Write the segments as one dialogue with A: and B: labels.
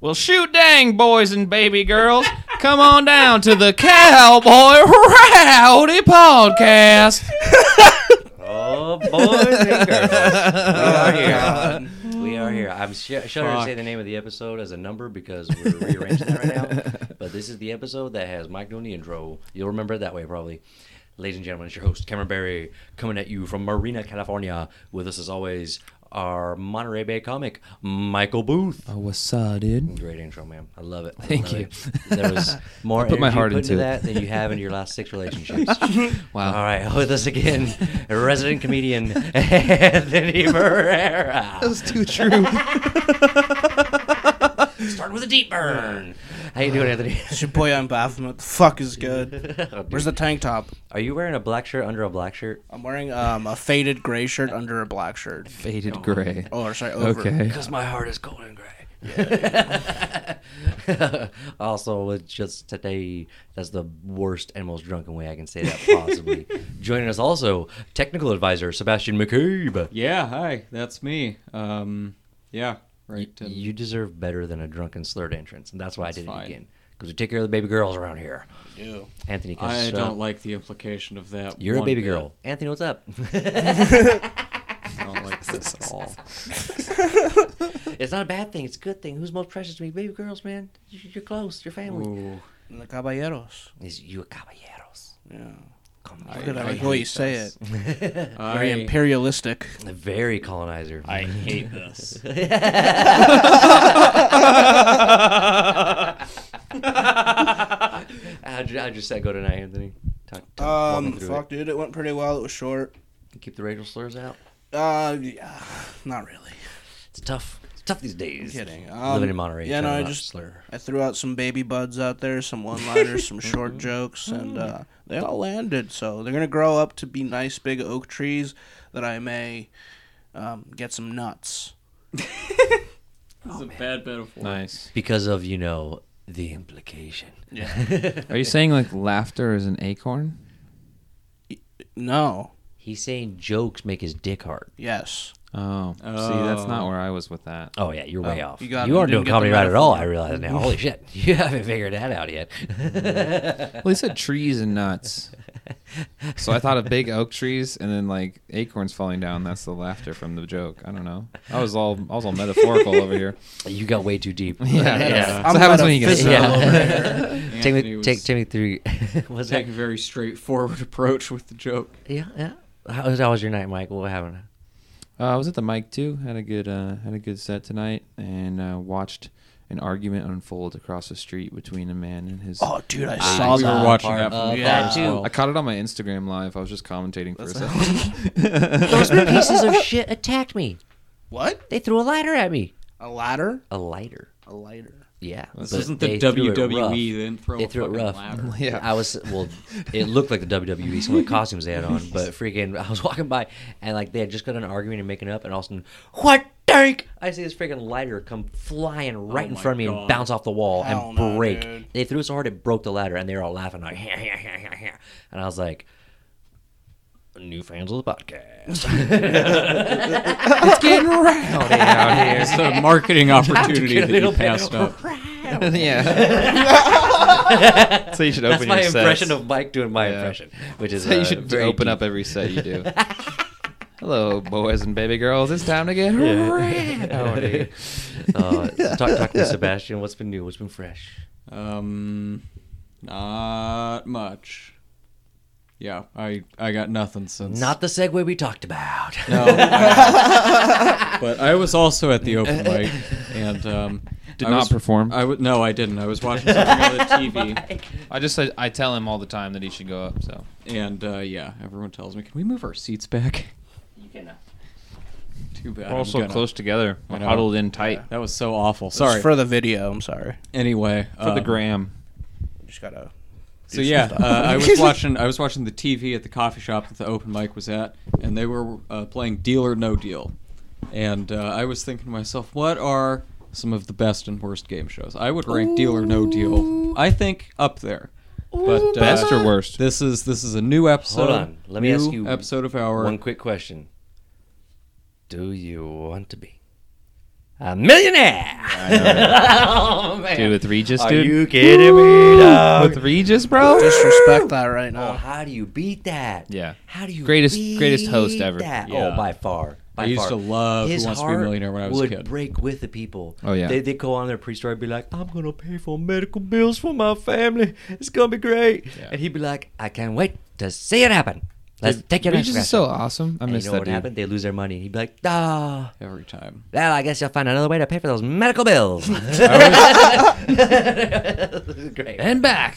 A: Well, shoot dang, boys and baby girls. Come on down to the Cowboy Rowdy Podcast.
B: Oh, boys and
A: Oh,
B: girls. We are here. We are here. I'm sh- shudder to say the name of the episode as a number because we're rearranging that right now. But this is the episode that has Mike doing the intro. You'll remember it that way, probably. Ladies and gentlemen, it's your host, Cameron Barry, coming at you from Marina, California. With us, as always, our Monterey Bay comic, Michael Booth.
A: Oh, what's up, dude?
B: Great intro, man. I love it. I
A: Thank
B: love
A: you.
B: it. There was more
A: put my
B: energy
A: heart
B: put
A: into it.
B: into that than you have into your last six relationships.
A: Wow.
B: All right, with us again, resident comedian Anthony Pereira.
C: That was too true.
B: Start with a deep burn. How you doing, Anthony?
C: it's your boy on Baphomet. The fuck is good.
B: Oh, dude.
C: Where's the tank top?
B: Are you wearing a black shirt under a black shirt?
C: I'm wearing um, a faded gray shirt under a black shirt.
A: Faded gray.
C: Oh, or sorry, over.
A: Okay.
B: Because my heart is cold and gray. also, it's just today, that's the worst and most drunken way I can say that possibly. Joining us also, technical advisor Sebastian McCabe.
D: Yeah, hi, that's me. Um, yeah, right. and-
B: You deserve better than a drunken slurred entrance, and that's why I did
D: fine.
B: it again. Because we take care of the baby girls around here.
C: Ew.
B: Anthony, can
D: I
B: shut up.
D: don't like the implication of that.
B: uh, You're a
D: one
B: baby
D: bit.
B: girl. Anthony, what's up?
D: I don't like this at all.
B: it's not a bad thing. It's a good thing. Who's most precious to me? Baby girls, man. You- You're close. Your family.
D: Ooh,
C: And the caballeros.
B: Is you a caballeros?
C: Yeah.
B: Come
C: I,
B: here.
C: I,
D: I
C: like the way
D: hate
C: you say
D: this.
C: it. Very
D: I,
C: imperialistic.
B: A Very colonizer.
E: I hate this.
B: how'd, you, how'd your set go tonight, Anthony? Talk, talk, walk me
C: Um,
B: through
C: fuck, dude, it went pretty well. It was short.
B: it. Keep the racial slurs out.
C: Uh, yeah, not really.
B: It's tough. It's tough these days.
C: Kidding.
B: Living
C: Um,
B: in Monterey.
C: yeah,
B: trying
C: no, I
B: not to
C: just-
B: slur.
C: I threw out some baby buds out there, some one-liners, some short jokes, and uh, they all landed. So they're gonna grow up to be nice big oak trees that I may um, get some nuts.
D: this is a bad metaphor.
A: Nice.
B: Because of, you know, the implication.
A: Are you saying like laughter is an acorn?
C: No.
B: He's saying jokes make his dick hard.
C: Yes.
A: Oh, see, that's not where I was with that.
B: Oh yeah, you're way off.
C: you
B: You,
C: got- you
B: aren't doing
C: didn't get the
B: comedy right at all. I
C: metaphor.
B: realize now. Holy shit, you haven't figured that out yet.
A: Well, he said trees and nuts. So I thought of big oak trees and then like acorns falling down. That's the laughter from the joke. I don't know. I was all I was all metaphorical over here.
B: you got way too deep.
A: Yeah. So
C: I'm
A: what happens when you get
C: metaphysical
B: drunk?
C: over here.
B: Take
D: Anthony
B: me,
D: was
B: take, take me through. What's that?
D: taking a very straightforward approach with the joke.
B: Yeah, yeah. How was, how was your night, Mike? What happened?
A: Uh, I was at the mic too. Had a good uh, had a good set tonight, and uh, watched an argument unfold across the street between a man and his.
C: Oh, dude, I
D: I
C: saw
D: we
C: that.
D: were watching
B: part
D: that from
B: of
D: the
C: that
D: car as
C: too.
D: well.
A: I caught it on my Instagram live. I was just commentating for a second.
B: Those pieces of shit attacked me.
C: What?
B: They threw a lighter at me.
C: A ladder?
B: A lighter.
C: A lighter.
B: Yeah.
D: This
B: but
D: isn't the
B: they threw it rough.
D: WWE. They didn't throw
B: They
D: a
B: threw it
D: fucking
B: rough.
D: ladder.
A: Yeah.
B: I was well. It looked like the WWE. Some of the costumes they had on, but freaking, I was walking by and like they had just got in an argument and making up, and all of a sudden, what dank? I see this freaking lighter come flying right in
D: Oh my
B: front of me
D: God.
B: and bounce off the wall
C: Hell
B: and
C: no,
B: break.
C: dude.
B: They threw it so hard it broke the ladder, and they were all laughing like, "Heh, heh, heh, heh, heh." and I was like, new fans of the podcast.
A: it's getting rowdy out here.
D: It's a marketing opportunity that you passed up.
A: yeah. so you should open
B: That's
A: your
B: my
A: sets.
B: impression of Mike doing my
A: Yeah.
B: impression, which is
A: So you
B: uh,
A: should
B: very
A: open
B: deep.
A: up every set you do. Hello, boys and baby girls. It's time to get rowdy.
B: uh, talk, talk to Sebastian. What's been new? What's been fresh?
D: Um, not much. Yeah, I I got nothing since.
B: Not the segue we talked about.
D: No. I- but I was also at the open mic and um,
A: Did
D: I
A: not
D: was-
A: perform.
D: I w- no, I didn't. I was watching something on the TV,
A: I just I, I tell him all the time that he should go up. So
D: and uh, yeah, everyone tells me, "Can we move our seats back?"
E: You cannot.
D: Too bad.
A: we're all
D: I'm
A: so
D: gonna-
A: close together,
D: I
A: we're
D: know.
A: huddled in tight
D: That was so awful.
C: Sorry.
D: Sorry.
C: It's for the video. I'm sorry.
D: anyway,
A: for the
D: um,
A: gram.
C: Just gotta.
D: So yeah, uh, I was watching. I was watching the TV at the coffee shop that the open mic was at, and they were uh, playing Deal or No Deal, and uh, I was thinking to myself, what are some of the best and worst game shows? I would rank Deal or No Deal. I think up there. But uh,
A: Best or worst?
D: This is this is a new episode.
B: Hold on. Let me
D: new
B: ask you
D: episode of our
B: One quick question. Do you want to be A millionaire. oh, man.
A: Dude, with Regis,
B: Are
A: dude.
B: you kidding me, dog?
A: with Regis, bro?
C: Disrespect that right now.
B: Oh, how do you beat that?
A: Yeah.
B: How do you
A: Greatest-
B: beat
A: greatest host ever.
B: that?
D: Yeah.
B: Oh, by far. By
D: I used
B: far.
D: to love Who
B: His
D: Wants to Be a
B: heart
D: Millionaire when I was a
B: would
D: kid.
B: break with the people.
A: Oh, yeah.
B: They they go on their pre-story and be like, "I'm gonna pay for medical bills for my family. It's gonna be great."
D: Yeah.
B: And he'd be like, "I can't wait to see it happen. Let's take it."
A: Regis is so awesome. I
B: And
A: miss
B: you know
A: that
B: what
A: dude.
B: happened? They lose their money. He'd be like, "Ah."
D: every time.
B: Well, I guess you'll find another way to pay for those medical bills. Great.
A: And back.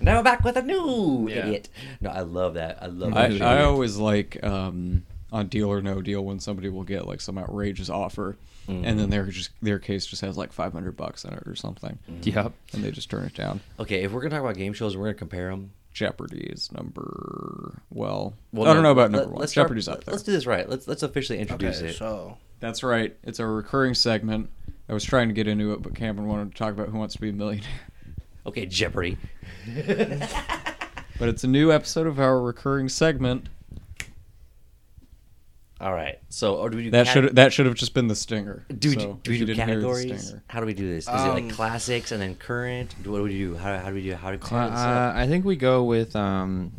B: now we're back with a new
A: Yeah.
B: idiot. No, I love that. I love
D: I,
B: that. shit.
D: I always like um, on Deal or No Deal when somebody will get like some outrageous offer, and
B: Mm-hmm.
D: then their just their case just has like five hundred bucks in it or something,
B: Mm-hmm.
A: yep.
D: and they just turn it down.
B: Okay, if we're gonna talk about game shows, we're gonna compare them.
D: Jeopardy is number well, I don't know about number one. Jeopardy's up there.
B: Let's do this right. Let's let's officially introduce
C: Okay,
B: it.
C: so
D: That's right. It's a recurring segment. I was trying to get into it, but Cameron wanted to talk about Who Wants to Be a Millionaire.
B: Okay, Jeopardy.
D: But it's a new episode of our recurring segment.
B: All right. So, or do we do
D: That
B: cat-
D: should that should have just been the stinger.
B: do, we-
D: So,
B: do
D: if
B: we
D: you
B: do
D: didn't hear the
B: categories?
D: stinger.
B: How do we do this? Is it
C: Um,
B: like classics and then current? Do- What do we do? How, how do we do? How do we set this up?
A: Uh, I think we go with. um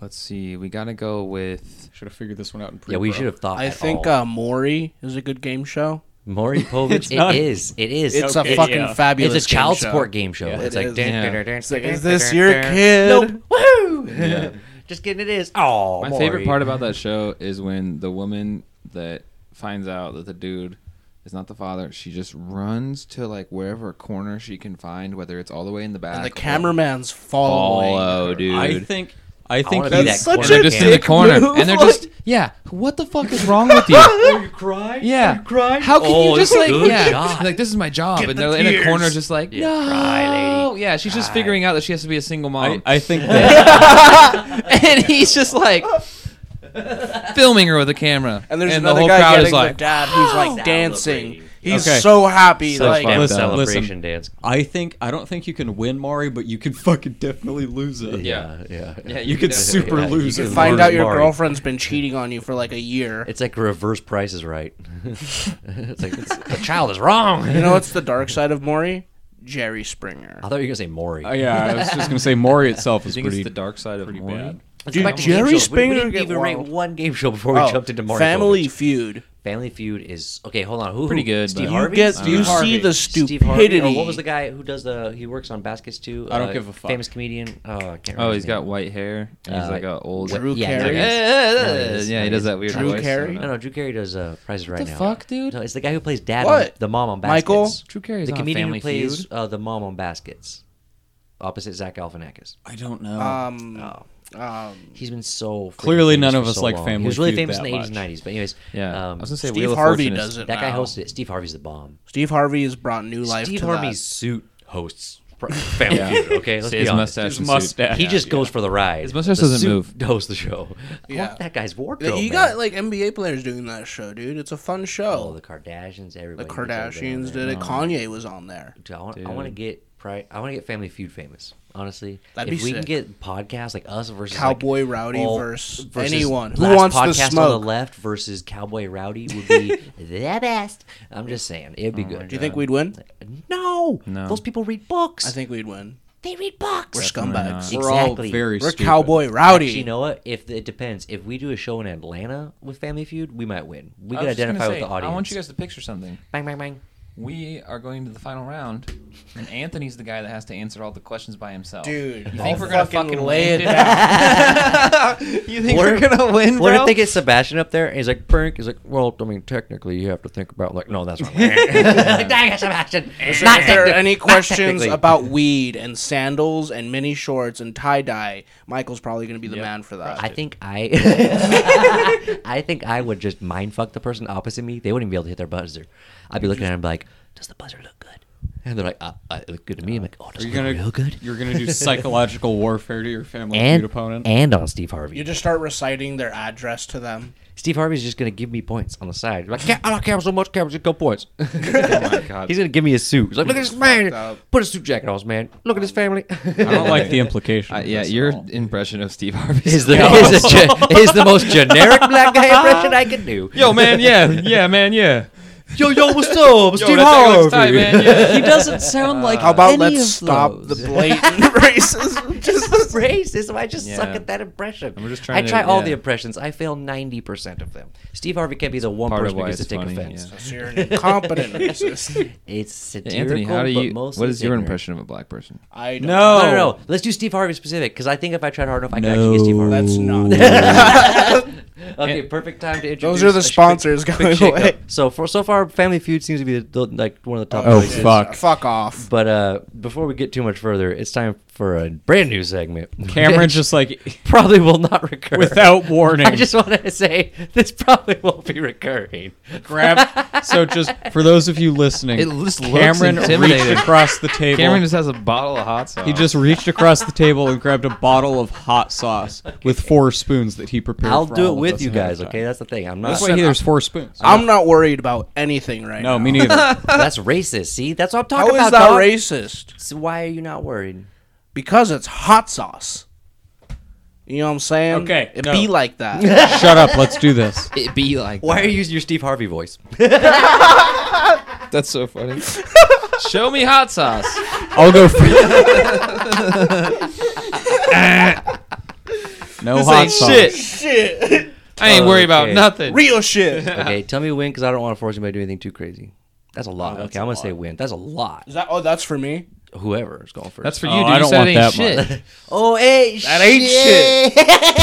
A: Let's see. We gotta go with.
D: Should have figured this one out in pre.
B: Yeah, we should have thought.
C: I
B: at
C: think
B: all.
C: uh, Maury is a good game show.
B: Maury Povich.
D: It's
B: it
D: not-
B: is. It is.
C: It's
D: Okay,
C: a fucking
D: yeah.
C: fabulous.
B: It's a child
C: game show.
B: support game show.
D: Yeah,
B: it's
C: it
B: like,
C: is.
B: dun,
A: Yeah.
B: dun, dun, dun,
C: It's like,
B: dun,
C: is this
B: dun,
C: your
B: dun.
C: kid?
B: Nope. Woohoo!
D: Yeah.
B: Just kidding. It is. Oh,
A: My favorite part about that show is when the woman that finds out that the dude is not the father, she just runs to like wherever corner she can find, whether it's all the way in the back.
C: And
A: or
C: the cameraman's following.
A: Follow,
C: her.
A: dude.
D: I think I think
B: wanna be
D: that's
B: that
A: and
B: such
A: they're
B: a
A: just in the
B: dick
A: corner, and they're just yeah. What the fuck is wrong with you?
B: you cry?
A: Yeah.
B: cry?
A: How can
B: Oh,
A: you just
B: it's
A: like
B: good
A: yeah?
B: shot.
A: Like this is my job,
C: Get
A: and
C: the
A: they're in a
C: tears.
A: corner just like
B: Yeah,
A: no.
B: cry, lady,
A: Yeah, she's just
B: cry.
A: figuring out that she has to be a single
D: I,
A: mom,
D: I think that
A: and he's just like filming her with a camera,
C: And there's
A: the
C: another
A: whole
C: guy
A: crowd
C: getting
A: is like
C: the dad who's like
B: Celebrating.
C: dancing. He's
D: Okay.
C: so happy.
B: So
C: like
B: damn
D: Listen,
B: celebration
D: listen.
B: dance.
D: I think I don't think you can win Maury, but you can fucking definitely lose it.
B: Yeah, Uh, yeah.
A: Yeah,
D: You could super
B: yeah, you
D: lose
B: could
D: it.
C: find
B: Maury.
C: out your
B: Maury.
C: girlfriend's been cheating on you for like a year.
B: It's like reverse Price is Right. it's like it's, the child is wrong.
C: You know what's the dark side of Maury? Jerry Springer.
B: I thought you were gonna say Maury.
D: Uh, yeah, I was just gonna say Maury itself is
A: think
D: pretty
A: it's the dark side of
D: pretty
A: morning.
D: bad.
B: Let's
C: Did
B: go back to game
C: Jerry
B: shows. We-
C: Springer
B: We, didn't
C: get
B: even rate
C: wild?
B: one game show before we
C: Oh,
B: jumped into Maury.
C: Family
B: Povich.
C: Feud.
B: Family Feud is okay. Hold on, who?
A: Pretty
B: who-
A: good,
B: Steve
A: but- You
B: Harvey.
C: get-
B: Uh,
C: you
B: Steve
C: see the
B: Steve Harvey. Or
C: stupidity.
B: what was the guy who does the? He works on Baskets too.
D: I don't
B: Uh,
D: give a fuck.
B: Famous comedian. Oh, I can't remember
A: Oh,
B: his
A: he's
B: name.
A: got white hair. And he's
B: Uh,
A: like a old.
C: Drew
B: yeah,
A: He's like,
C: Carey.
A: "Eh, eh, eh,"
B: There he is.
A: yeah, he
B: There
A: does
B: he
A: that weird.
B: is.
C: Drew
A: voice.
C: Carey?
B: No, no, Drew Carey does uh, Price is Right
A: the
B: Now.
A: fuck, dude?
B: No, it's the guy who plays Dad.
C: What?
B: on- the mom on Baskets.
C: Michael?
A: Drew Carey's
B: The
A: on
B: comedian
A: Family
B: who plays
A: Feud.
B: uh, the mom on Baskets, opposite Zach Galifianakis.
D: I don't know.
C: Um,
B: Oh.
C: um,
B: He's been so freaking
D: Clearly
B: famous
D: none of
B: for
D: us
B: so
D: like
B: long.
D: Family
B: He was really
D: Feud
B: famous in
D: that
B: the eighties,
D: much.
B: nineties. But anyways,
A: Yeah,
B: um,
A: I was gonna say
C: Steve
A: Wheel of
C: Harvey
A: Fortune is-
C: does it.
B: that guy
C: now.
B: hosted it. Steve Harvey's the bomb.
C: Steve Harvey has brought new life
B: Steve
C: to
B: Harvey's
C: that.
B: suit hosts Pr- Family Feud. Okay, let's
A: His
B: be honest.
A: mustache.
D: His
A: and suit.
D: mustache.
B: He just goes for the ride.
A: His mustache
B: The
A: doesn't
B: suit
A: move.
B: Hosts the show. I
C: Yeah.
B: want that guy's wardrobe.
C: You
B: man.
C: got like NBA players doing that show, dude. It's a fun
B: oh,
C: show.
B: the Kardashians, everybody.
C: the
B: puts everybody on
C: Kardashians
B: there.
C: did it. Kanye was on there.
B: Dude, I want, I want to get pri- I want to get Family Feud famous. Honestly,
C: That'd
B: if
C: be
B: we
C: sick.
B: can get podcasts like us versus like,
C: Cowboy Rowdy
B: all-
C: versus anyone. Who
B: Last
C: wants the
B: podcast on
C: smoke?
B: the left versus Cowboy Rowdy would be the best. I'm just saying, it'd be good.
C: Do you think we'd win?
B: Oh No,
A: No.
B: Those people read books.
C: I think we'd win.
B: they read books.
C: We're
A: not.
C: scumbags.
D: We're
B: exactly.
D: all very
C: We're
D: stupid.
C: Cowboy Rowdy.
B: Actually, you know what? If it depends, if we do a show in Atlanta with Family Feud, we might win. We
A: I
B: could
A: was just gonna
B: identify with
A: say,
B: the audience.
A: I want you guys to picture something.
B: Bang bang bang.
A: We are going to the final round, and Anthony's the guy that has to answer all the questions by himself.
C: Dude,
A: you
C: I'll
A: think we're gonna
C: fucking
A: fucking
C: lay
A: win,
C: it
A: dude? you think
B: What
A: we're,
B: if-
A: gonna win,
B: What
A: bro?
B: if they get Sebastian up there and he's like, "Brink," he's like, "Well, I mean, technically, you have to think about like, no, that's wrong." like, dang it, Sebastian.
C: Listen,
B: Not
C: if there are
B: technically-
C: any
B: not
C: questions
B: technically.
C: about weed and sandals and mini shorts and tie dye, Michael's probably going to be the man for that.
B: I think I, I think I would just mind fuck the person opposite me. They wouldn't even be able to hit their buzzer. I'd be looking at them like, "Does the buzzer look good?" And they're like, uh, uh, "It looked good to me." I'm like, "Oh, does
D: Are
B: it
D: you
B: look
D: gonna
B: real good?"
D: You're gonna do psychological warfare to your family feud
B: and
D: opponent.
B: and on Steve Harvey.
C: you just start reciting their address to them.
B: Steve Harvey's just gonna give me points on the side. Like, "Yeah, I don't care so much, cameras, just go points.
A: oh my god!
B: He's gonna give me a suit. He's like, look at this man.
C: up.
B: Put a suit jacket on, this man. Look at his family.
D: I don't like the implication.
A: Uh,
D: of
A: yeah,
D: this at
A: your
D: all.
A: impression of Steve Harvey
B: Is the is, the ge- is the most generic black guy impression I can do.
A: yo man, yeah, yeah man, yeah.
B: Yo, yo, what's up? It's
A: Yo, Uh,
B: Steve
A: that's how it
B: Harvey.
A: looks tight, man. Yeah.
D: He doesn't sound like
B: How
C: How about
D: any
C: let's
D: of
C: stop
D: those.
C: the blatant racism? Just
B: racism. I just suck
A: Yeah.
B: at that impression.
A: I'm just
B: I
A: trying to-
B: try all
A: yeah.
B: the impressions. I fail ninety percent of them. Steve Harvey can't be the one
A: Part of
B: person who
A: why
B: gets to
A: it's
B: take
A: funny,
B: offense.
A: yeah.
C: so you're an incompetent racist.
B: It's
A: Yeah,
B: satirical,
A: Anthony, how do you?
B: but mostly
A: What is your
B: ignorant.
A: impression Oh. of a black person?
C: I don't
D: No.
B: No, no, no. Let's do Steve Harvey specific because I think if I tried hard enough, I could actually get Steve
D: No.
B: Harvey.
C: That's not.
B: Okay, perfect time to introduce.
C: Those are the
B: a quick-
C: sponsors going
B: shakeup.
C: away.
B: So for so far, Family Feud seems to be the, the, like one of the top.
D: Oh,
B: choices.
D: fuck.
C: Fuck off.
B: But uh, before we get too much further, it's time for a brand new segment.
D: Cameron
B: which
D: just like
B: probably will not recur
D: without warning.
B: I just want to say this probably won't be recurring.
D: grab. So just for those of you listening,
A: It just looks
D: Cameron reached
A: intimidating.
D: across the table.
A: Cameron just has a bottle of hot sauce.
D: he just reached across the table and grabbed a bottle of hot sauce with four spoons that he prepared.
B: I'll
D: for
B: do
D: all
B: it
D: of
B: with
D: us
B: you
D: ahead of
B: guys,
D: time.
B: okay? That's the thing. I'm not.
D: That's why he- there's four spoons.
C: I'm not worried about anything right
D: no,
C: now.
D: me neither.
B: That's racist. See, that's what I'm
C: How
B: talking
C: is
B: about.
C: that
B: dog.
C: racist?
B: So why are you not worried?
C: Because it's hot sauce. You know what I'm saying?
D: Okay,
C: It
D: no.
C: be like that.
D: Shut up. Let's do this.
A: it be like
B: Why are you using your Steve Harvey voice?
A: That's so funny. Show me hot sauce.
D: I'll go. For- no
A: This
D: hot
A: ain't
D: sauce.
A: shit.
C: Oh, shit.
A: I ain't worried about
B: Oh, Okay.
A: nothing.
C: Real shit.
B: okay, tell me when, because I don't want to force anybody to do anything too crazy. That's a lot. okay, I'm gonna say win. That's a lot.
C: Is that oh that's for me?
B: Whoever's going first.
A: That's for you,
D: Oh,
A: dude.
D: I
A: You
D: don't
A: said
D: want
A: it ain't
D: that much.
A: shit.
B: oh hey, that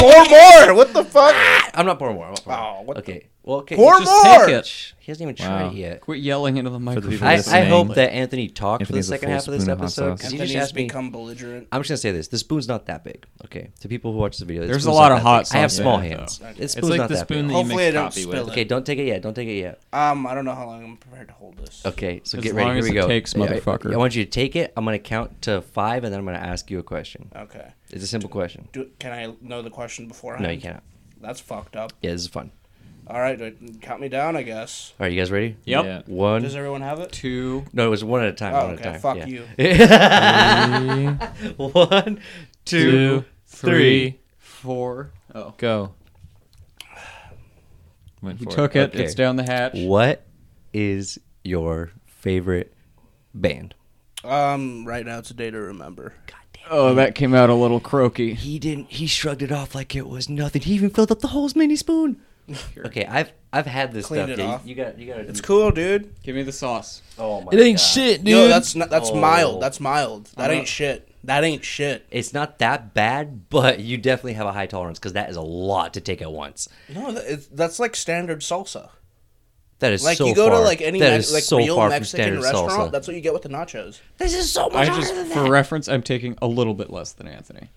A: ain't
C: Four more. What the fuck?
B: I'm not pouring more. I'm not pouring
C: Oh, what
B: okay. Well, okay.
C: Pour
B: just-
D: Just
C: more.
D: take it.
B: He hasn't even tried
A: Wow.
B: it yet.
D: Quit yelling into the microphone.
A: people
B: I, I
A: listening.
B: hope that Anthony talked
A: Anthony's a
B: for the second
A: full
B: half of this
A: spoon of hot
B: episode.
A: sauce.
B: Because he
C: Anthony's
B: just asked me.
C: become belligerent.
B: I'm just gonna say this: the spoon's not that big. Okay, to people who watch the video, the
D: There's a
B: spoon's
D: lot
B: not
D: of
B: that
D: hot
B: big. I have
D: sauce in
B: small
D: it,
B: hands.
D: though.
B: It's
A: It's
B: spoon's
A: like
B: not
A: the
B: that
A: spoon
B: big.
A: that you
C: Hopefully I
A: mix
C: don't
A: coffee
C: spill
A: with.
C: it.
B: Okay, don't take it yet. Don't take it yet.
C: Um, I don't know how long I'm prepared to hold this.
B: Okay, so
D: As
B: get ready.
D: long
B: Here
D: as
B: we
D: it
B: go.
D: takes,
B: I- I-
D: motherfucker.
B: I want you to take it. I'm gonna count to five, and then I'm gonna ask you a question.
C: Okay.
B: It's a simple question.
C: Do, can I know the question beforehand?
B: No, you cannot.
C: That's fucked up.
B: Yeah, this is fun.
C: All right, dude, count me down, I guess.
B: All right, you guys ready?
D: Yep.
A: Yeah.
B: One.
C: Does everyone have it?
D: Two.
B: No, it was one at a time.
C: Oh,
B: one
C: okay,
B: at a time.
C: fuck
B: yeah.
C: you.
B: One, two,
A: Two,
B: three.
A: three,
D: Four. Oh.
A: go. Went
D: He
A: for
D: took it.
B: Okay.
D: It's down the hatch.
B: What is your favorite band?
C: Um, right now it's a day to remember.
D: Oh, that came out a little croaky.
B: He didn't. He shrugged it off like it was nothing. He even filled up the whole mini spoon. Okay, I've I've had this
C: Cleaned
B: stuff.
C: it
B: yeah,
C: off.
B: You got you got to.
C: It's cool, dude.
D: Give me the sauce.
B: Oh my
A: It ain't
B: God.
A: shit, dude.
C: Yo, that's not, that's
B: Oh.
C: mild. That's mild. That
D: I'm
C: ain't
D: not-
C: shit. That ain't shit.
B: It's not that bad, but you definitely have a high tolerance because that is a lot to take at once.
C: No, that, it's, that's like standard salsa.
B: That is
C: Like
B: so
C: you go
B: far-
C: to like any
B: that
C: Me-
B: is
C: like
B: so
C: real
B: far from
C: Mexican
B: standard
C: restaurant.
B: salsa.
C: That's what you get with the nachos.
B: this is so
D: I
B: much harder
D: just,
B: than
D: for
B: that.
D: reference, I'm taking a little bit less than Anthony.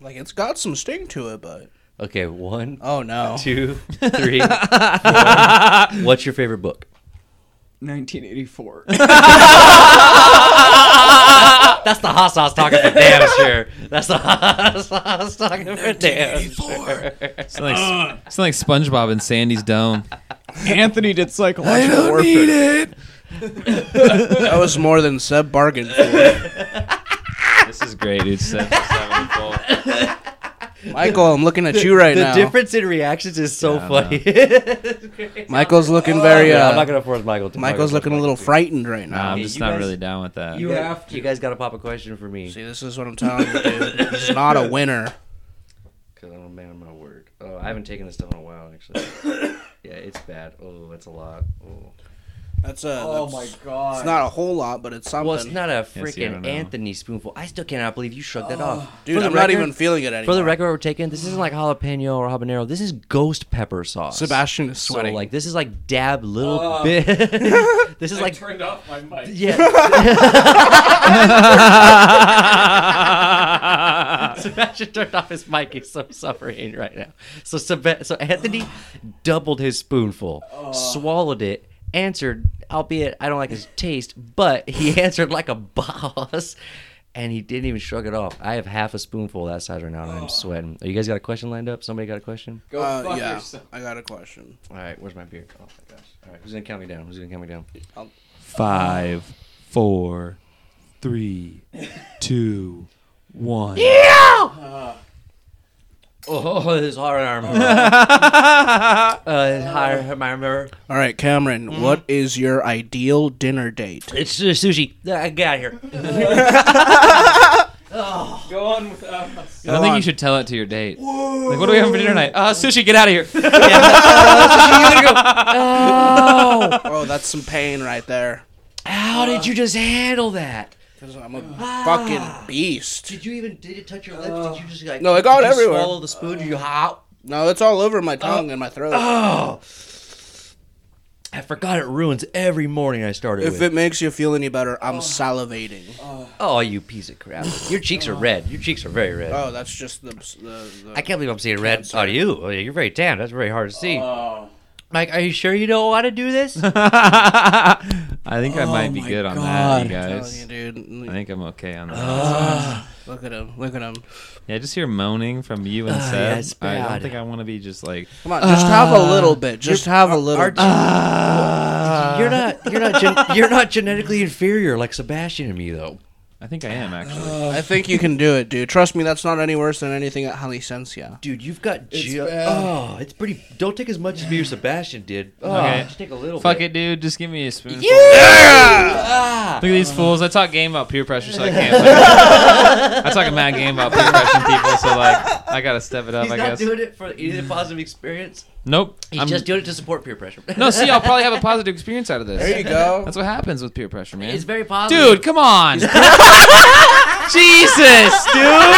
C: Like it's got some sting to it, but
B: okay, one,
C: oh no,
B: two, three, four. What's your favorite book?
D: 1984.
B: That's the hot sauce talking for damn sure. That's the hot sauce talking for damn sure.
A: It's like, it's like SpongeBob and Sandy's Dome.
D: Anthony did psychological warfare.
A: it.
C: that was more than Seb bargained for.
A: This is great, dude. Seven, seven, four.
C: Michael, I'm looking at you right
B: the
C: now.
B: difference in reactions is so
A: Yeah, I
B: funny.
C: Michael's looking very.
B: Yeah,
C: Uh,
B: I'm not gonna force Michael. To
C: Michael's looking a little frightened right
A: Nah,
C: now.
A: I'm
B: you
A: just not
B: guys-
A: really down with that.
B: You
D: You
B: have
D: have
B: to. You guys gotta pop a question for me.
C: See, this is what I'm telling you, dude. He's not a winner.
B: Cause I'm a man of my word. Oh, I haven't taken this stuff in a while, actually. yeah, it's bad. Oh, it's a lot. Oh.
C: That's a.
D: Oh
C: that's-
D: my
C: It's
D: god.
C: not a whole lot, but it's something.
B: Well, it's not a
A: I don't
B: freaking
A: know.
B: Anthony spoonful. I still cannot believe you shrugged that off,
C: Dude,
B: For the
C: I'm not
B: record-
C: even feeling it anymore.
B: For the record, we're taking this isn't like jalapeno or habanero. This is ghost pepper sauce.
C: Sebastian is
B: So
C: sweating.
B: like this is like dab little
D: Oh.
B: bit. this is like
D: turned off my mic.
B: yeah. Sebastian turned off his mic. He's so suffering right now. So Seb- so Anthony doubled his spoonful, swallowed it, answered, albeit I don't like his taste, but he answered like a boss. And he didn't even shrug it off. I have half a spoonful of that side right now, and I'm sweating. Oh, you guys got a question lined up? Somebody got a question?
D: Go
C: Uh,
D: fuck
C: yeah,
D: yourself.
C: I got a question.
B: All right, where's my beer? Oh my gosh! All right, who's gonna count me down? Who's gonna count me down?
A: Five, four, three, two, one.
B: Yeah! Oh, his hard armor. uh, his hard armor.
C: All right, Cameron, what is your ideal dinner date?
B: It's uh, sushi. I got here. Oh.
D: Go on without us.
A: I don't think you should tell it to your date. Like, what are we having for dinner tonight? Uh, sushi. Get out of here.
B: Uh, Oh,
C: Oh, that's some pain right there.
B: how did you just handle that?
C: Because I'm a fucking beast.
B: Did you even did it touch your lips? Did you just like
C: No, it got
B: did you
C: everywhere.
B: Swallow the spoon? Did you hop?
C: No, it's all over my tongue and my throat.
B: Oh, I forgot it ruins every morning I started
C: if
B: with.
C: it makes you feel any better, I'm salivating.
B: oh, you piece of crap! Your cheeks are red. Your cheeks are very red.
C: Oh, that's just the. the, the
B: I can't believe I'm seeing red on you. Oh, yeah, You're very tan. That's very hard to see.
C: Oh.
B: Mike, are you sure you don't want to do this?
A: I think I might
B: Oh
A: be good on that, you
C: I'm telling
A: guys.
C: you, dude.
A: I think I'm okay on that.
B: Uh,
C: Look at him. Look at him.
A: yeah, I just hear moaning from you and
B: uh, yeah,
A: Seth.
B: it's
A: I don't
B: bad.
A: think I want to be just like.
C: Come on, just have a little bit. Just have a little.
B: Our-
C: bit.
A: Ah.
B: you're not. You're not. Gen- you're not genetically inferior like Sebastian and me, though.
A: I think I am actually.
C: I think you can do it, dude. Trust me, that's not any worse than anything at Halicencia.
B: Dude, you've got.
D: It's
B: Ge-
D: bad.
B: oh, it's pretty. Don't take as much as me or Sebastian did. Oh,
A: Okay.
B: just take a little.
A: Fuck
B: bit.
A: it, dude. Just give me a spoonful.
B: Ah!
A: Look at these fools. I talk game about peer pressure, so I can't. Like, I talk a mad game about peer pressure people, so like I gotta step it up.
B: He's
A: I
B: not
A: guess.
B: doing it for either positive experience.
A: nope.
B: He's
A: I'm-
B: just doing it to support peer pressure.
A: no, see, I'll probably have a positive experience out of this.
C: There you go.
A: That's what happens with peer pressure, man.
B: it's very positive.
A: Dude, come on. Jesus, dude.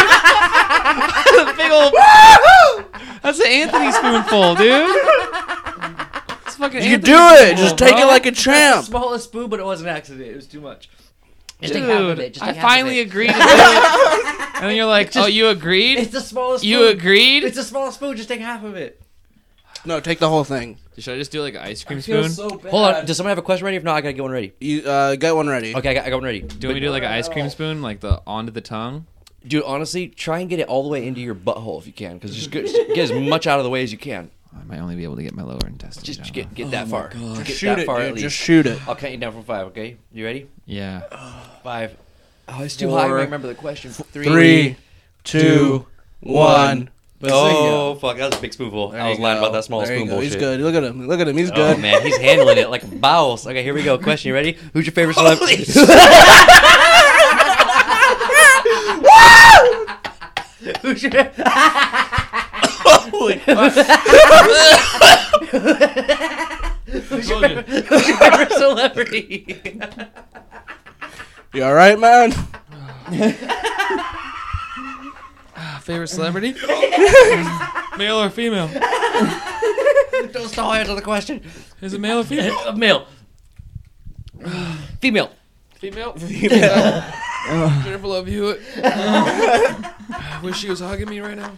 A: Big old. That's an Anthony spoonful, dude. It's fucking
C: You
A: Anthony
C: do it.
A: spoonful,
C: Just take it
A: bro.
C: like a champ.
B: smallest spoon, but it was an accident. It was too much. Just
A: Dude,
B: take half of it. Just
A: I
B: take half of
A: finally
B: it.
A: agreed. To do it. And then you're like, oh, you agreed?
B: It's the smallest.
A: You
B: spoon.
A: agreed?
B: It's the smallest spoon. Just take half of it.
C: No, take the whole thing.
A: Should I just do like an ice cream
D: Feel
A: spoon?
D: so bad.
B: Hold on. Does someone have a question ready? If not, I gotta get one ready.
C: You uh, get one ready.
B: Okay, I got, I got one ready.
A: Do you want me to do like an ice cream spoon, like the onto the tongue?
B: Dude, honestly, try and get it all the way into your butthole if you can, because just get, just get as much out of the way as you can.
A: I might only be able to get my lower intestine.
B: Just
A: down,
B: get
A: though.
B: get that far. Just get
C: Shoot
B: that
C: it,
B: far
C: dude.
B: at least.
C: Just shoot it.
B: I'll count you down from five. Okay, you ready?
A: yeah.
B: Five. Oh, it's too high. I
D: Four.
B: remember the question. Three.
C: Three, two, one.
B: Oh fuck, that was a big spoonful.
C: There
B: I was
C: you
B: lying
C: go.
B: about that small
C: There you
B: spoon
C: go.
B: bullshit.
C: He's good. Look at him. Look at him. He's
B: Oh
C: good.
B: man, he's handling it like bowels. Okay, here we go. Question, you ready? Who's your favorite celebrity? Who's your Holy Who's your favorite who's your favorite celebrity?
C: You all right, man?
A: Favorite celebrity? male or female?
B: Don't stall answer the question.
A: Is it male or female?
B: A Uh, male. Female.
A: Female. Jennifer Love Hewitt. I wish she was hugging me right now.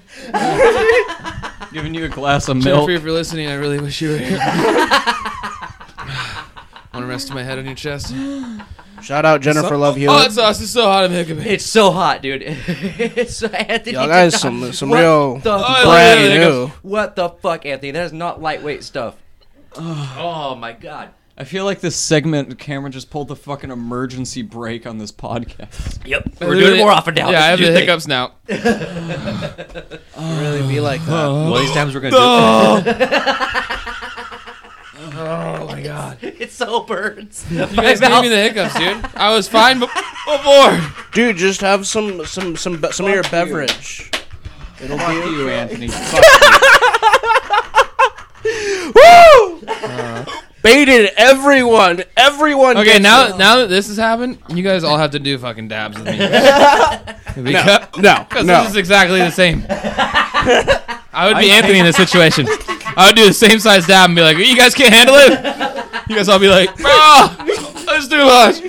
D: Giving you a glass of
A: Jennifer,
D: milk.
A: if you're listening, I really wish you were here. Want to rest my head on your chest?
C: Shout out Jennifer Love Hewitt.
A: Oh, that sauce is so hot, I'm hiccuping.
B: It's so hot, dude. it's so Anthony.
C: Y'all guys,
B: did not-
C: some some
B: What
C: real
B: the
A: Oh,
B: fuck?
A: yeah,
C: brand
A: yeah,
C: new.
B: What the fuck, Anthony? That is not lightweight stuff. oh my god.
D: I feel like this segment, Cameron just pulled the fucking emergency brake on this podcast.
B: Yep. We're doing it more often now.
A: Yeah, I have
B: This
A: the
B: is new thing.
A: hiccups now.
C: Really be like
A: Uh-huh.
C: that.
B: One of these times we're gonna do
A: Oh my god. You
B: it. It so burns.
A: guys gave me the hiccups, dude. I was fine be-
B: Oh,
A: before.
C: Dude, just have some some some be- some of your beverage.
D: It'll be you, Anthony.
C: Woo! Baited everyone. Everyone.
A: Okay,
C: gets
A: now
C: it.
A: now that this has happened, you guys all have to do fucking dabs with me. Because
C: No, no.
A: this is exactly the same. I would be Anthony in this situation. I would do the same size dab and be like, "You guys can't handle it." You guys all be like, "Bro, that's too much."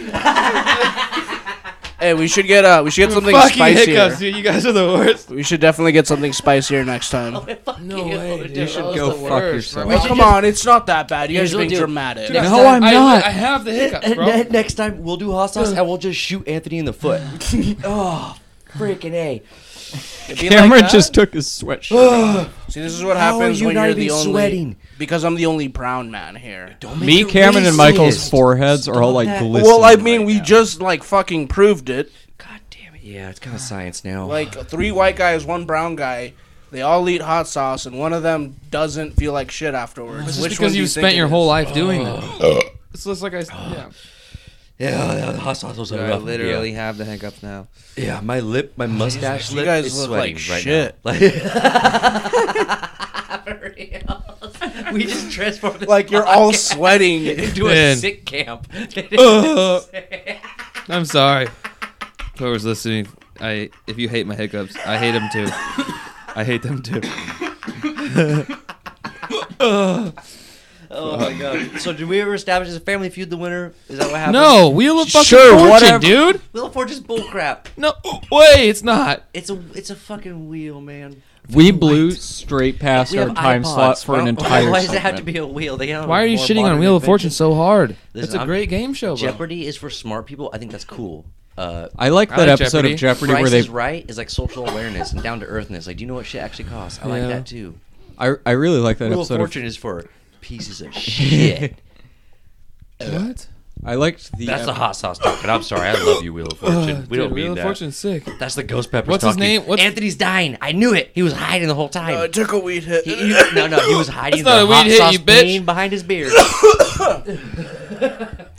C: hey, we should get uh, we should get something
A: Fucking
C: spicier.
A: hiccups, dude. You guys are the worst.
C: We should definitely get something spicier next time.
B: No way.
D: You should go fuck yourself.
C: Oh, come on, it's not that bad. You guys are
B: Usually
C: being
B: do-
C: dramatic.
B: Dude,
D: No, I'm not.
A: I, I have the hiccups, bro.
B: Next time we'll do hot sauce and we'll just shoot Anthony in the foot. oh, freaking a!
D: Cameron just took his sweatshirt.
C: See, this is what
B: How are
C: happens
B: you
C: when
B: not
C: you're
B: even
C: the only
B: sweating?
C: because I'm the only brown man here.
D: Me, Cameron, and Michael's foreheads are all like
B: that.
D: glistening.
C: Well, I mean,
D: right
C: we
D: now.
C: just like fucking proved it.
B: God damn it! Yeah, it's kind of science now.
C: Like three white guys, one brown guy. They all eat hot sauce, and one of them doesn't feel like shit afterwards.
A: It's
C: Which
A: just
C: one
A: because
C: do
A: you
C: you
A: spent
C: think
A: your
C: it
A: whole
C: is?
A: life doing that. It's just like I. s- Yeah.
B: Yeah, the hot sauce was
F: I literally have the hiccups now.
B: Yeah. my lip,
A: Oh,
B: my mustache
C: You
B: lip
C: guys
B: is
C: look
B: sweating
C: like
B: right
C: shit.
B: now. Like,
E: For real.
B: we just transformed this
C: Like you're all
B: podcast
C: sweating.
B: into a
A: Man.
B: sick camp.
A: Uh, I'm sorry. Whoever's listening, I if you hate my hiccups, I hate them too. I hate them too.
B: oh my god! So did we ever establish as a family feud the winner? Is that what happened?
A: No, Wheel of Fucking
D: Sure,
A: Fortune,
D: whatever.
A: dude.
B: Wheel of Fortune's bullcrap.
A: No, wait, it's not.
B: It's a it's a fucking wheel, man.
D: We blew straight past
B: We
D: our
B: have
D: time
B: iPods,
D: slot for
B: bro.
D: an entire.
B: Why does it have
D: segment.
B: to be a wheel? They have
A: Why are you
B: more
A: shitting on
B: modern
A: Wheel of Fortune
B: inventions.
A: so hard?
B: Listen,
A: It's a
B: I'm-
A: great game show, bro.
B: Jeopardy is for smart people. I think that's cool. Uh,
D: I like
A: I
D: that
A: like
D: episode of
A: Jeopardy.
D: Jeopardy
B: Price
D: where they.
B: is Right is like social awareness and down to earthness. Like, do you know what shit actually costs? I like
A: Yeah.
B: that too.
D: I, I really like that
B: Wheel of
D: episode. Of,
B: Fortune is for pieces of shit.
A: What?
D: I liked the.
B: That's
D: ep-
B: the hot sauce talking. I'm sorry. I love you, Wheel of Fortune.
A: Ugh, dude,
B: we don't mean
A: Wheel
B: that.
A: of Fortune's sick.
B: That's the Ghost Peppers
A: What's his
B: talking.
A: name? What's-
B: Anthony's dying. I knew it. He was hiding the whole time.
C: I took a weed hit.
B: He- he- no, no, he was hiding
A: That's not a
B: the
A: weed
B: hot
A: hit,
B: sauce
A: you bitch.
B: stain behind his beard.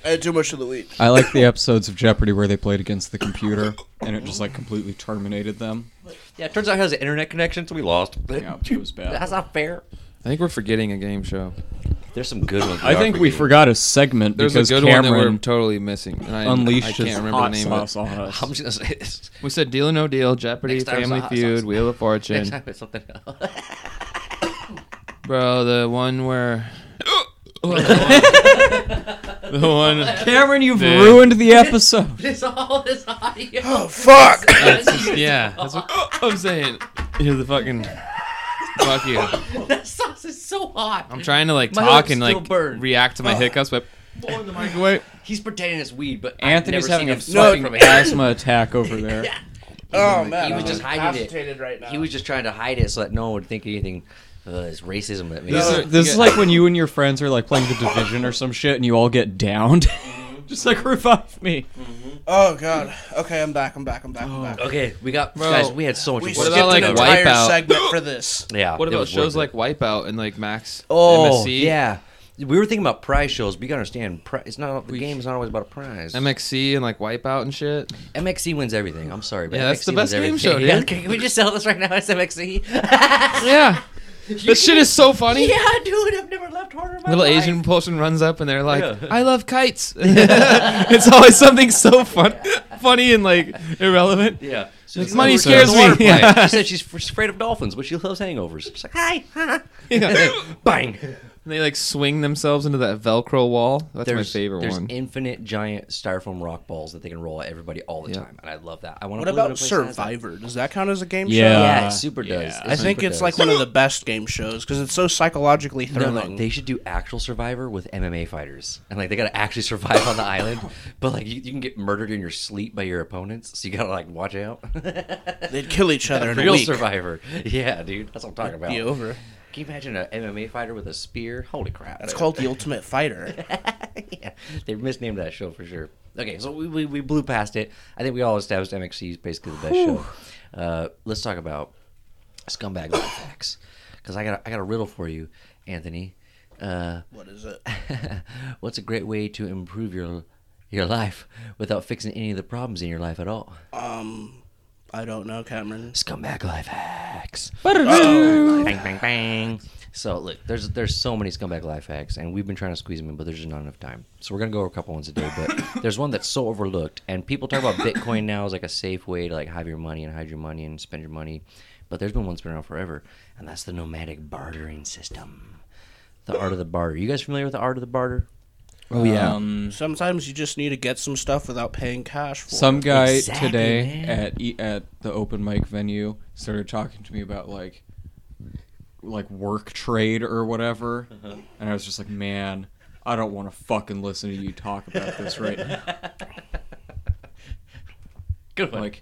C: I had too much of the weed.
D: I like the episodes of Jeopardy where they played against the computer and it just like completely terminated them.
B: yeah, turns out he has an internet connection, so we lost.
D: Yeah, it was bad.
B: That's not fair.
A: I think we're forgetting a game show.
B: There's some good ones.
D: I
B: are
D: think we
B: forgetting.
D: forgot a segment
A: There's
D: because
A: a good
D: Cameron
A: one that we're totally missing. And I, I
D: unleashed
A: can't
D: his
A: remember
D: hot
A: the name
D: sauce
A: of
D: on us.
B: I'm just gonna say this.
A: it. We said Deal or No Deal, Jeopardy,
B: Next time it's
A: Family
B: hot
A: Feud,
B: sauce.
A: Wheel of
B: Next
A: Fortune.
B: time it's something else.
A: Bro, the one where. the one.
D: Cameron, you've
A: Dude.
D: ruined the episode.
E: This all this audio.
C: Oh, Fuck.
A: That's just- yeah, that's what I'm saying. Here's the fucking. Fuck you.
E: that sauce is so hot.
A: I'm trying to like
E: My
A: talk
E: lips
A: and
E: still
A: like
E: burn.
A: react to my hiccups, but
E: blowing the mic.
A: wait.
B: He's pretending it's weed, but
D: Anthony's
B: I've never
D: having a
B: seen him sweat
D: fucking
B: from it.
D: asthma attack over there.
C: Oh man,
B: He was
C: I'm
B: just hiding it.
C: incapacitated Right now.
B: He was just trying to hide it so that no one would think anything. Uh, it's racism that makes
A: These
B: it.
A: are-
D: This is like when you and your friends are like playing the division or some shit and you all get downed. just like revive me.
C: Oh god. Okay, I'm back. I'm back. I'm back. I'm back.
B: Oh. Okay, we got
A: Bro.
B: guys. We had so much.
C: We
B: work.
A: What
C: skipped
A: about, like,
C: an entire
A: Wipeout?
C: segment for this.
B: yeah.
A: What
B: it
A: about
B: was
A: shows
B: worth
A: like
B: it.
A: Wipeout and like Max?
B: Oh
A: MSC?
B: yeah. We were thinking about prize shows, but you gotta understand, pri- it's not the game's not always about a prize.
A: MXC and like Wipeout and shit.
B: MXC wins everything. I'm sorry, but
A: Yeah, that's
B: MXC
A: the
B: wins
A: best game
B: everything.
A: show, dude.
B: Yeah, can we just sell this right now as MXC?
A: Yeah. this shit is so funny.
B: yeah, dude, I've never left harder. In my
A: Little
B: life.
A: Asian person runs up and they're like,
B: Yeah.
A: "I love kites." it's always something so fun, funny and like irrelevant.
B: Yeah.
A: Like, money scares
B: The water
A: me.
B: play.
A: Yeah.
B: she said she's f- afraid of dolphins, but she loves hangovers. She's like, hi, huh?
A: and
B: bang.
A: they like swing themselves into that Velcro wall. That's my favorite
B: there's
A: one.
B: infinite giant styrofoam rock balls that they can roll at everybody all the
A: Yeah.
B: time, and I love that. I want
C: What
B: to.
C: about Survivor? Does that count as a game
D: Yeah.
C: show?
B: Yeah, it super does.
D: Yeah.
B: It
C: I
B: super
C: think it's
B: does.
C: like one of the best game shows because it's so psychologically
B: No,
C: thrilling.
B: no, they should do actual Survivor with MMA fighters, and like they gotta actually survive on the island. But like you, you can get murdered in your sleep by your opponents, so you gotta like watch out.
C: They'd kill each other in a
B: Real
C: week.
B: Survivor, yeah, dude, that's what I'm talking about.
C: Be over.
B: Can you imagine an MMA fighter with a spear? Holy crap!
C: That's called the Ultimate Fighter.
B: yeah, they misnamed that show for sure. Okay, so we, we, we blew past it. I think we all established MXC is basically the best show. Uh, let's talk about scumbag life hacks because I got a, I got a riddle for you, Anthony. Uh,
C: What is it?
B: what's a great way to improve your your life without fixing any of the problems in your life at all?
C: Um, I don't know, Cameron.
B: Scumbag life hacks.
D: Ba-da-doo.
B: bang bang bang. So look, there's there's so many scumbag life hacks, and we've been trying to squeeze them in, but there's just not enough time. So we're gonna go over a couple ones a day. But there's one that's so overlooked, and people talk about Bitcoin now as like a safe way to like have your money and hide your money and spend your money. But there's been one that's been around forever, and that's the nomadic bartering system. The art of the barter. You guys familiar with the art of the barter?
A: oh yeah.
D: Um,
C: Sometimes you just need to get some stuff without paying cash for
D: some
C: it.
D: guy
B: Exactly,
D: today
B: man.
D: at e- at the open mic venue started talking to me about like like work trade or whatever, and I was just like, man, I don't want to fucking listen to you talk about this right now.
B: Good one.
D: Like,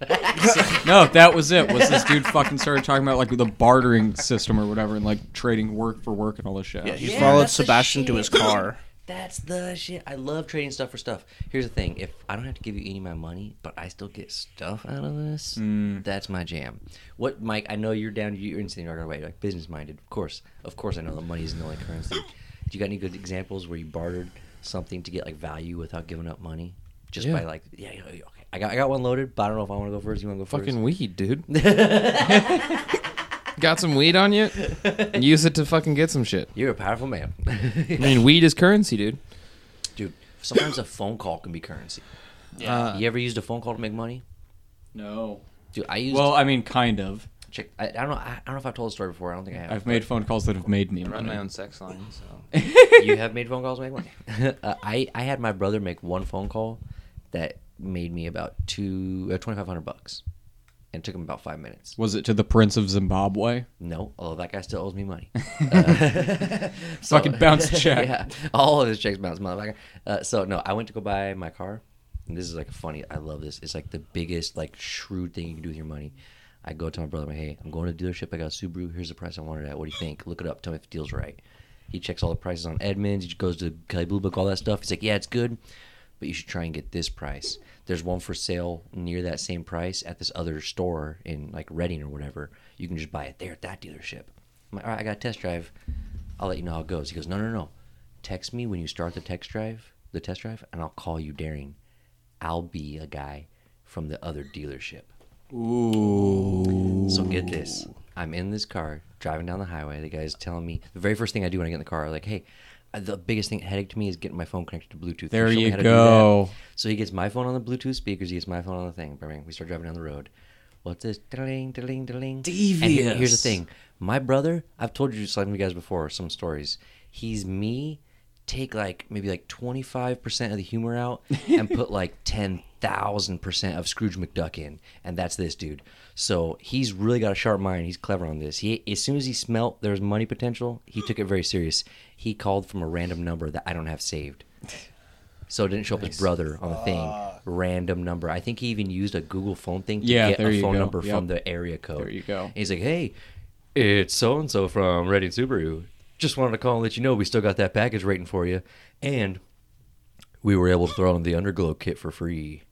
D: no, that was it. Was this dude fucking started talking about like the bartering system or whatever, and like trading work for work and all this shit?
C: Yeah, he
E: Yeah,
C: followed
E: that's the
C: Sebastian to his
E: shit.
C: car.
B: That's the shit. I love trading stuff for stuff. Here's the thing: if I don't have to give you any of my money, but I still get stuff out of this,
C: Hmm.
B: that's my jam. What, Mike? I know you're down. You're instantly right away, like business minded. Of course, of course. I know that money isn't the only currency. Do you got any good examples where you bartered something to get like value without giving up money? Just by like, yeah, yeah, yeah, okay. I got, I got one loaded, but I don't know if I want to go first. You want to go first?
A: Fucking weed, dude. Got some weed on you? Use it to fucking get some shit.
B: You're a powerful man.
A: I mean, weed is currency, dude.
B: Dude, sometimes a phone call can be currency.
C: Uh,
A: Yeah.
B: you ever used a phone call to make money?
D: No.
B: Dude, I used.
D: Well, I mean, kind of.
B: check, I, I don't know. I, I don't know if I've told the story before. I don't think I have.
D: I've made phone calls that have made me
F: I run
D: money.
F: my own sex line, so
B: you have made phone calls to make money. uh, I I had my brother make one phone call that made me about two uh, twenty five hundred bucks, and it took him about five minutes.
D: Was it to the Prince of Zimbabwe?
B: No, although that guy still owes me money. Uh,
D: Fucking bounce check.
B: yeah, all of his checks bounce, motherfucker. Uh, so no, I went to go buy my car, and this is like funny. I love this. It's like the biggest like shrewd thing you can do with your money. I go to my brother, I'm like, hey, I'm going to the dealership. I got a Subaru. Here's the price I wanted at. What do you think? Look it up. Tell me if the deal's right. He checks all the prices on Edmunds. He goes to Kelly Blue Book, all that stuff. He's like, yeah, it's good, but you should try and get this price. There's one for sale near that same price at this other store in like Reading or whatever. You can just buy it there at that dealership. I'm like, all right, I got a test drive. I'll let you know how it goes. He goes, no, no, no. Text me when you start the text drive, the test drive, and I'll call you daring. I'll be a guy from the other dealership. Ooh. So get this. I'm in this car driving down the highway. The guy's telling me the very first thing I do when I get in the car, like, hey, uh, the biggest thing headache to me is getting my phone connected to Bluetooth. Can
D: There
B: show me
D: you
B: how to do that?"
D: go.
B: So he gets my phone on the Bluetooth speakers. He gets my phone on the thing. Bang, We start driving down the road. What's this? Ding, ding, ding. Devious. And here- here's the thing. My brother, I've told you some of you guys before, some stories. He's me. Take like maybe like 25% of the humor out and put like 10,000% of Scrooge McDuck in. And that's this dude. So he's really got a sharp mind. He's clever on this. He As soon as he smelt there was money potential, he took it very serious. He called from a random number that I don't have saved. So it didn't show up his brother on the thing. Random number. I think he even used a Google phone thing to
D: Yeah,
B: get
D: there
B: a
D: you
B: phone
D: go.
B: number from
D: Yep.
B: the area code.
D: There you go.
B: And he's like, hey, it's so and so from Reading Subaru. Just wanted to call and let you know we still got that package waiting for you. And we were able to throw on the underglow kit for free.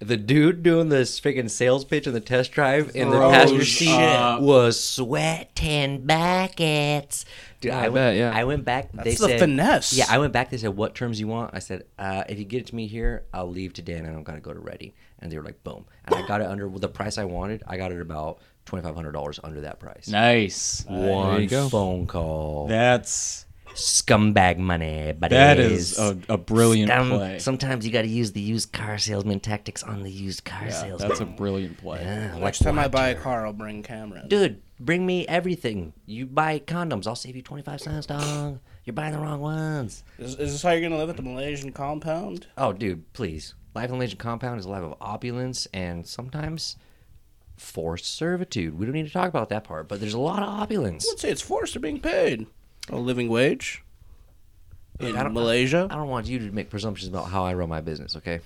B: the dude doing this freaking sales pitch in the test drive in the
D: Throws
B: passenger seat
D: up.
B: was sweating buckets. Dude, I,
A: I
B: went,
A: bet, yeah.
B: I went back. they
C: That's the
B: said,
C: finesse.
B: Yeah, I went back. They said, "What terms you want?" I said, uh, "If you get it to me here, I'll leave today, and I don't gotta go to Ready." And they were like, "Boom!" And I got it under the price I wanted. I got it about twenty five hundred dollars under that price.
D: Nice.
A: There
B: One
A: you go.
B: phone call,
D: That's
B: scumbag money, but
D: that is a, a brilliant
B: Scum-
D: play.
B: Sometimes you got to use the used car salesman tactics on the used car
D: Yeah,
B: salesman.
D: that's a brilliant play.
B: Yeah, like,
C: Next time I buy a car, I'll bring camera.
B: dude, bring me everything. You buy condoms, I'll save you twenty five cents, dog. You're buying the wrong ones.
C: Is, is this how you're gonna live at the Malaysian compound?
B: Oh, dude, please. Life in the Legion compound is a life of opulence and sometimes forced servitude. We don't need to talk about that part, but there's a lot of opulence.
C: Let's say it's forced or being paid a living wage in
B: I don't-
C: Malaysia.
B: I don't want you to make presumptions about how I run my business, okay?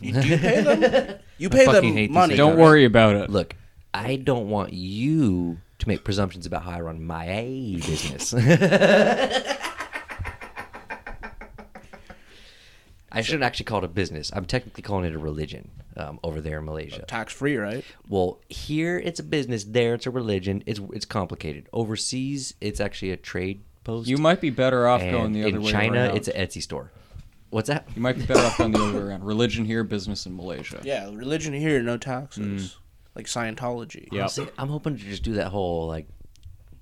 C: you pay
A: fucking hate
C: them
A: these
C: money.
A: things.
D: Don't worry about it.
B: Look, I don't want you to make presumptions about how I run my business. I shouldn't actually call it a business. I'm technically calling it a religion um, over there in Malaysia.
C: Tax free, right?
B: Well, here it's a business, there it's a religion. It's it's complicated. Overseas, it's actually a trade post.
D: You might be better off
B: and
D: going the other
B: in
D: way
B: China,
D: around.
B: it's an Etsy store. What's that?
D: you might be better off going the other way around. Religion here, business in Malaysia.
C: Yeah, religion here, no taxes. Like Scientology.
D: Yep.
B: See, I'm hoping to just do that whole like,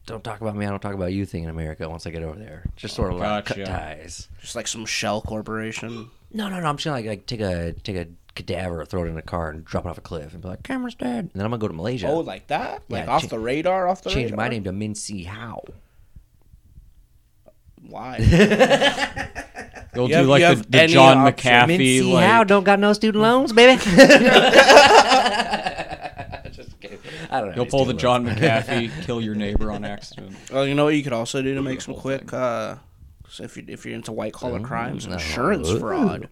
B: don't talk about me, I don't talk about you thing in America once I get over there. Just sort of like cut
D: Gotcha.
B: ties.
C: Just like some shell corporation.
B: No, no, no. I'm just gonna like, like take a take a cadaver, throw it in a car, and drop it off a cliff, and be like, camera's dead. And then I'm gonna go to Malaysia.
C: Oh, like that? Like
B: Yeah,
C: off
B: cha-
C: the radar? Off the
B: change
C: radar?
B: my name to Min Si How.
C: Why?
D: You'll
C: have-
D: do like
C: you
D: the,
C: have
D: the
C: any
D: John
C: option.
B: Min
D: McAfee.
B: Si
D: Like,
B: How don't got no student loans, baby. just kidding. I don't know.
D: you'll
B: any
D: pull the
B: student
D: John
B: loans.
D: McAfee, kill your neighbor on accident.
C: well, Oh, you know what you could also do to make some quick. uh so if you if you're into white collar
B: Mm,
C: crimes, insurance fraud.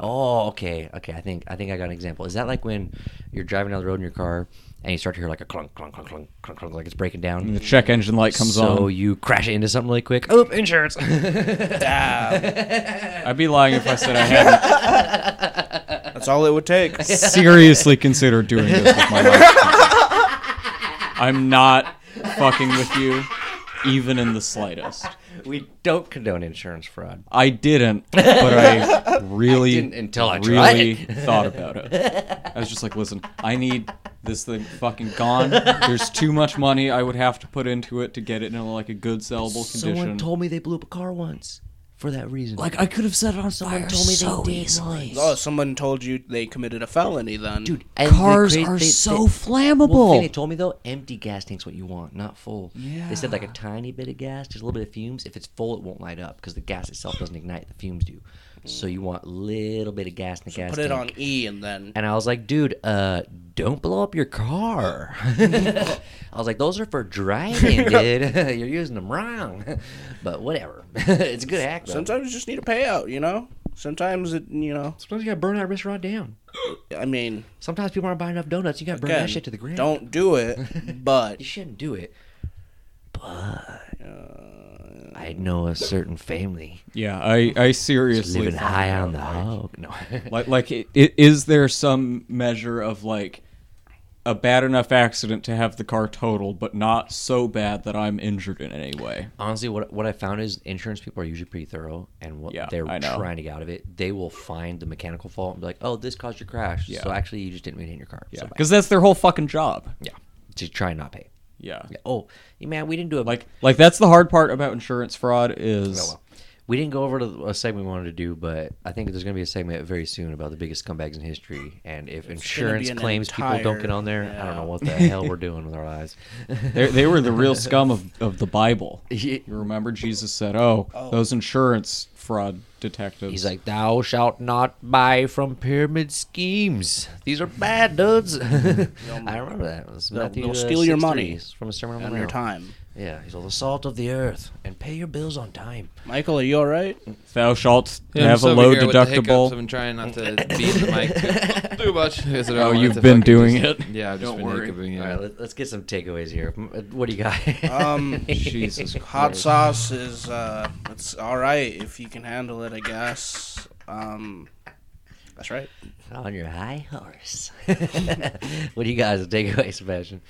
B: Oh, okay, okay. I think I think I got an example. Is that like when you're driving down the road in your car, and you start to hear like a clunk, clunk, clunk, clunk, clunk, clunk like it's breaking down.
D: The check engine light comes
B: so
D: on.
B: you crash it into something really quick. Oop, insurance.
D: I'd be lying if I said I hadn't
C: That's all it would take.
D: seriously considered doing this with my life. I'm not fucking with you, even in the slightest.
B: we don't condone insurance fraud.
D: I didn't, but I really,
B: didn't until I tried
D: really
B: it.
D: thought about it. I was just like, listen, I need this thing fucking gone. There's too much money I would have to put into it to get it in like a good sellable condition.
B: Someone told me they blew up a car once for that reason.
D: like I could have set it on
B: someone
D: fire.
B: told me they did once.
C: Oh, someone told you they committed a felony then.
B: Dude,
D: Cars are so flammable.
B: Well, the thing they told me though, empty gas tanks what you want, not full. They said like a tiny bit of gas, just a little bit of fumes. If it's full, it won't light up because the gas itself doesn't ignite. The fumes do. So you want little bit of gas in the gas
C: put
B: tank.
C: it on E and then.
B: And I was like, dude, uh, don't blow up your car. I was like, those are for driving, dude. You're using them wrong. but whatever. it's a good hack. Though.
C: Sometimes you just need a payout, you know? Sometimes it, you know,
B: Sometimes you gotta burn that restaurant down.
C: I mean,
B: Sometimes people aren't buying enough donuts. You gotta burn
C: again,
B: that shit to the ground.
C: don't do it, but
B: You shouldn't do it.
D: Uh,
B: But I know a certain family
D: Yeah, I, I seriously
B: living
D: thought
B: high on the
D: about it.
B: hog. No.
D: Like, like i- i- is there some measure of like a bad enough accident to have the car totaled, but not so bad that I'm injured in any way?
B: Honestly, what what I found is insurance people are usually pretty thorough, and what
D: Yeah,
B: they're
D: I know.
B: trying to get out of it, they will find the mechanical fault and be like, "Oh, this caused your crash. So actually, you just didn't maintain your car.
D: Yeah,
B: So bye."
D: because that's their whole fucking job.
B: yeah, to try and not pay.
D: Yeah.
B: Yeah. Oh, yeah, man, we didn't do a
D: Uh. like like that's the hard part about insurance fraud is
B: Oh, well. We didn't go over to a segment we wanted to do, but I think there's going to be a segment very soon about the biggest scumbags in history. And if insurance
C: an
B: claims people don't get
C: entire-
B: on there, I don't know what the hell we're doing with our lives.
D: they they were the real scum of, of the Bible.
B: He-
D: You remember Jesus said, "Oh, those insurance fraud detectives."
B: He's like, "Thou shalt not buy from pyramid schemes. These are bad dudes." I remember that. It was
C: They'll-
B: Matthew,
C: they'll
B: uh,
C: steal your
B: 6:3.
C: money
B: It's from a sermon on the
C: on your
B: Mount.
C: time.
B: Yeah, he's all the salt of the earth and pay your bills on time.
C: Michael, are you all right?
D: "Thou shalt
A: Yeah, I'm
D: have
A: just
D: a
A: over
D: low
A: here with the hiccups.
D: deductible." Oh,
A: I've been trying not to beat the mic too, too much. 'cause I don't
D: Oh,
A: want it
D: you've
A: to
D: been
A: fucking
D: doing
A: just-
D: it.
A: Yeah, I've just
D: Don't
A: been
D: worry.
A: hiccuping.
B: All
A: Yeah.
B: right, let, let's get some takeaways here. M- uh, What do you got?
C: Um,
D: Jesus
C: Hot
D: Christ.
C: sauce is uh, it's all right if you can handle it, I guess. Um, that's right.
B: on your high horse. what do you guys take away, Sebastian?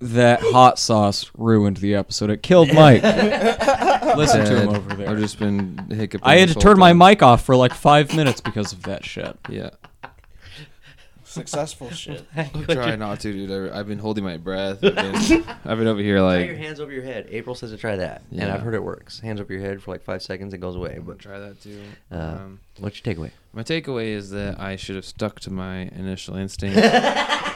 D: That hot sauce ruined the episode. It killed Mike. Listen to
A: Dead.
D: him over there.
A: I've just been hiccuping.
D: I had
A: this
D: to
A: whole
D: turn my
A: time.
D: mic off for like five minutes because of that shit.
A: Yeah.
C: Successful shit.
A: I'm trying not to, dude. I- I've been holding my breath. I've been, I've been over here
B: Try your
A: like.
B: hands over your head. April says to try that, and
A: Yeah.
B: I've heard it works. Hands over your head for like five seconds, it goes away. But
A: Try that too.
B: uh,
A: Um,
B: what's your takeaway?
A: my takeaway is that I should have stuck to my initial instinct. And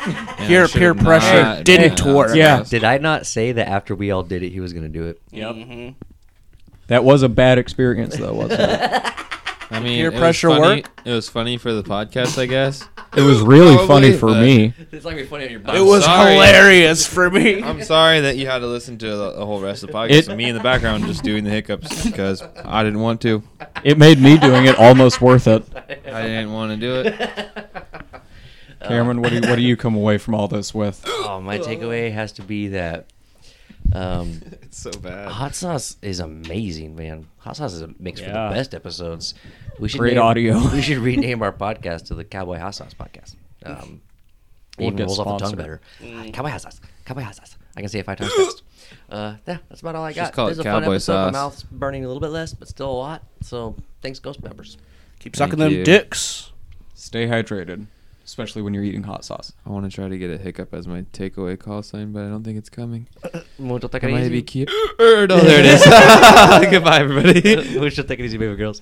A: I
C: Peer-
A: should
C: peer
A: have
C: pressure
A: not
C: didn't
A: done that.
C: work.
D: Yeah.
B: Did I not say that after we all did it, he was going to do it?
D: Yep.
A: Mm-hmm.
C: Mhm.
D: That was a bad experience though, wasn't it?
A: I mean,
D: Peer
A: it was
D: pressure
A: funny-
D: work?
A: It was funny for the podcast, I guess.
D: It was really
A: Probably,
D: funny for
A: but-
D: me.
B: It's like funny on your
A: I'm
C: It was
A: sorry.
C: hilarious for me.
A: I'm sorry that you had to listen to the, the whole rest of the podcast.
D: It-
A: and me in the background just doing the hiccups because I didn't want to.
D: It made me doing it almost worth it.
A: I didn't want to do it.
D: Cameron, what do you, what do you come away from all this with?
B: Oh, my takeaway has to be that um,
A: It's so
D: Uh,
A: bad.
B: hot sauce is amazing, man. Hot sauce is a makes for
D: Yeah.
B: the best episodes. We should
D: Great
B: name-
D: audio.
B: We should rename our podcast to the Cowboy Hot Sauce Podcast. Um,
D: We'll
B: even
D: get
B: rolls off the tongue
D: sponsored.
B: better. Uh, Cowboy hot sauce. Cowboy hot sauce. I can say it five times fast. Uh, yeah, that's about all I got.
A: Just call it
B: This is a fun
A: cowboy
B: episode. My
A: sauce.
B: mouth's burning a little bit less, but still a lot. So thanks, Ghost Members.
C: Keep sucking
A: Thank
C: them
A: you.
C: dicks.
D: Stay hydrated, especially when you're eating hot sauce.
A: I want to try to get a hiccup as my takeaway call sign, but I don't think it's coming.
B: Mucho take
A: I
B: it
A: might be
B: easy.
A: cute. Oh, there it is. Goodbye, everybody.
B: Mucho take it easy, baby girls.